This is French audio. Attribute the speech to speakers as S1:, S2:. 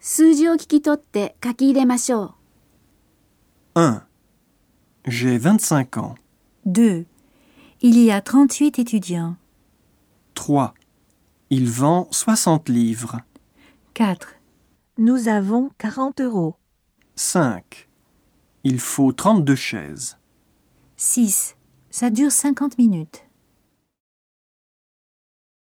S1: 数字を聞き取って書き入れましょう。
S2: 1. J'ai 25 ans.
S3: 2. Il y a 38 étudiants.
S2: 3. Il vend 60 livres.
S3: 4. Nous avons 40 euros.
S2: 5. Il faut 32 chaises.
S3: 6. Ça dure 50 minutes.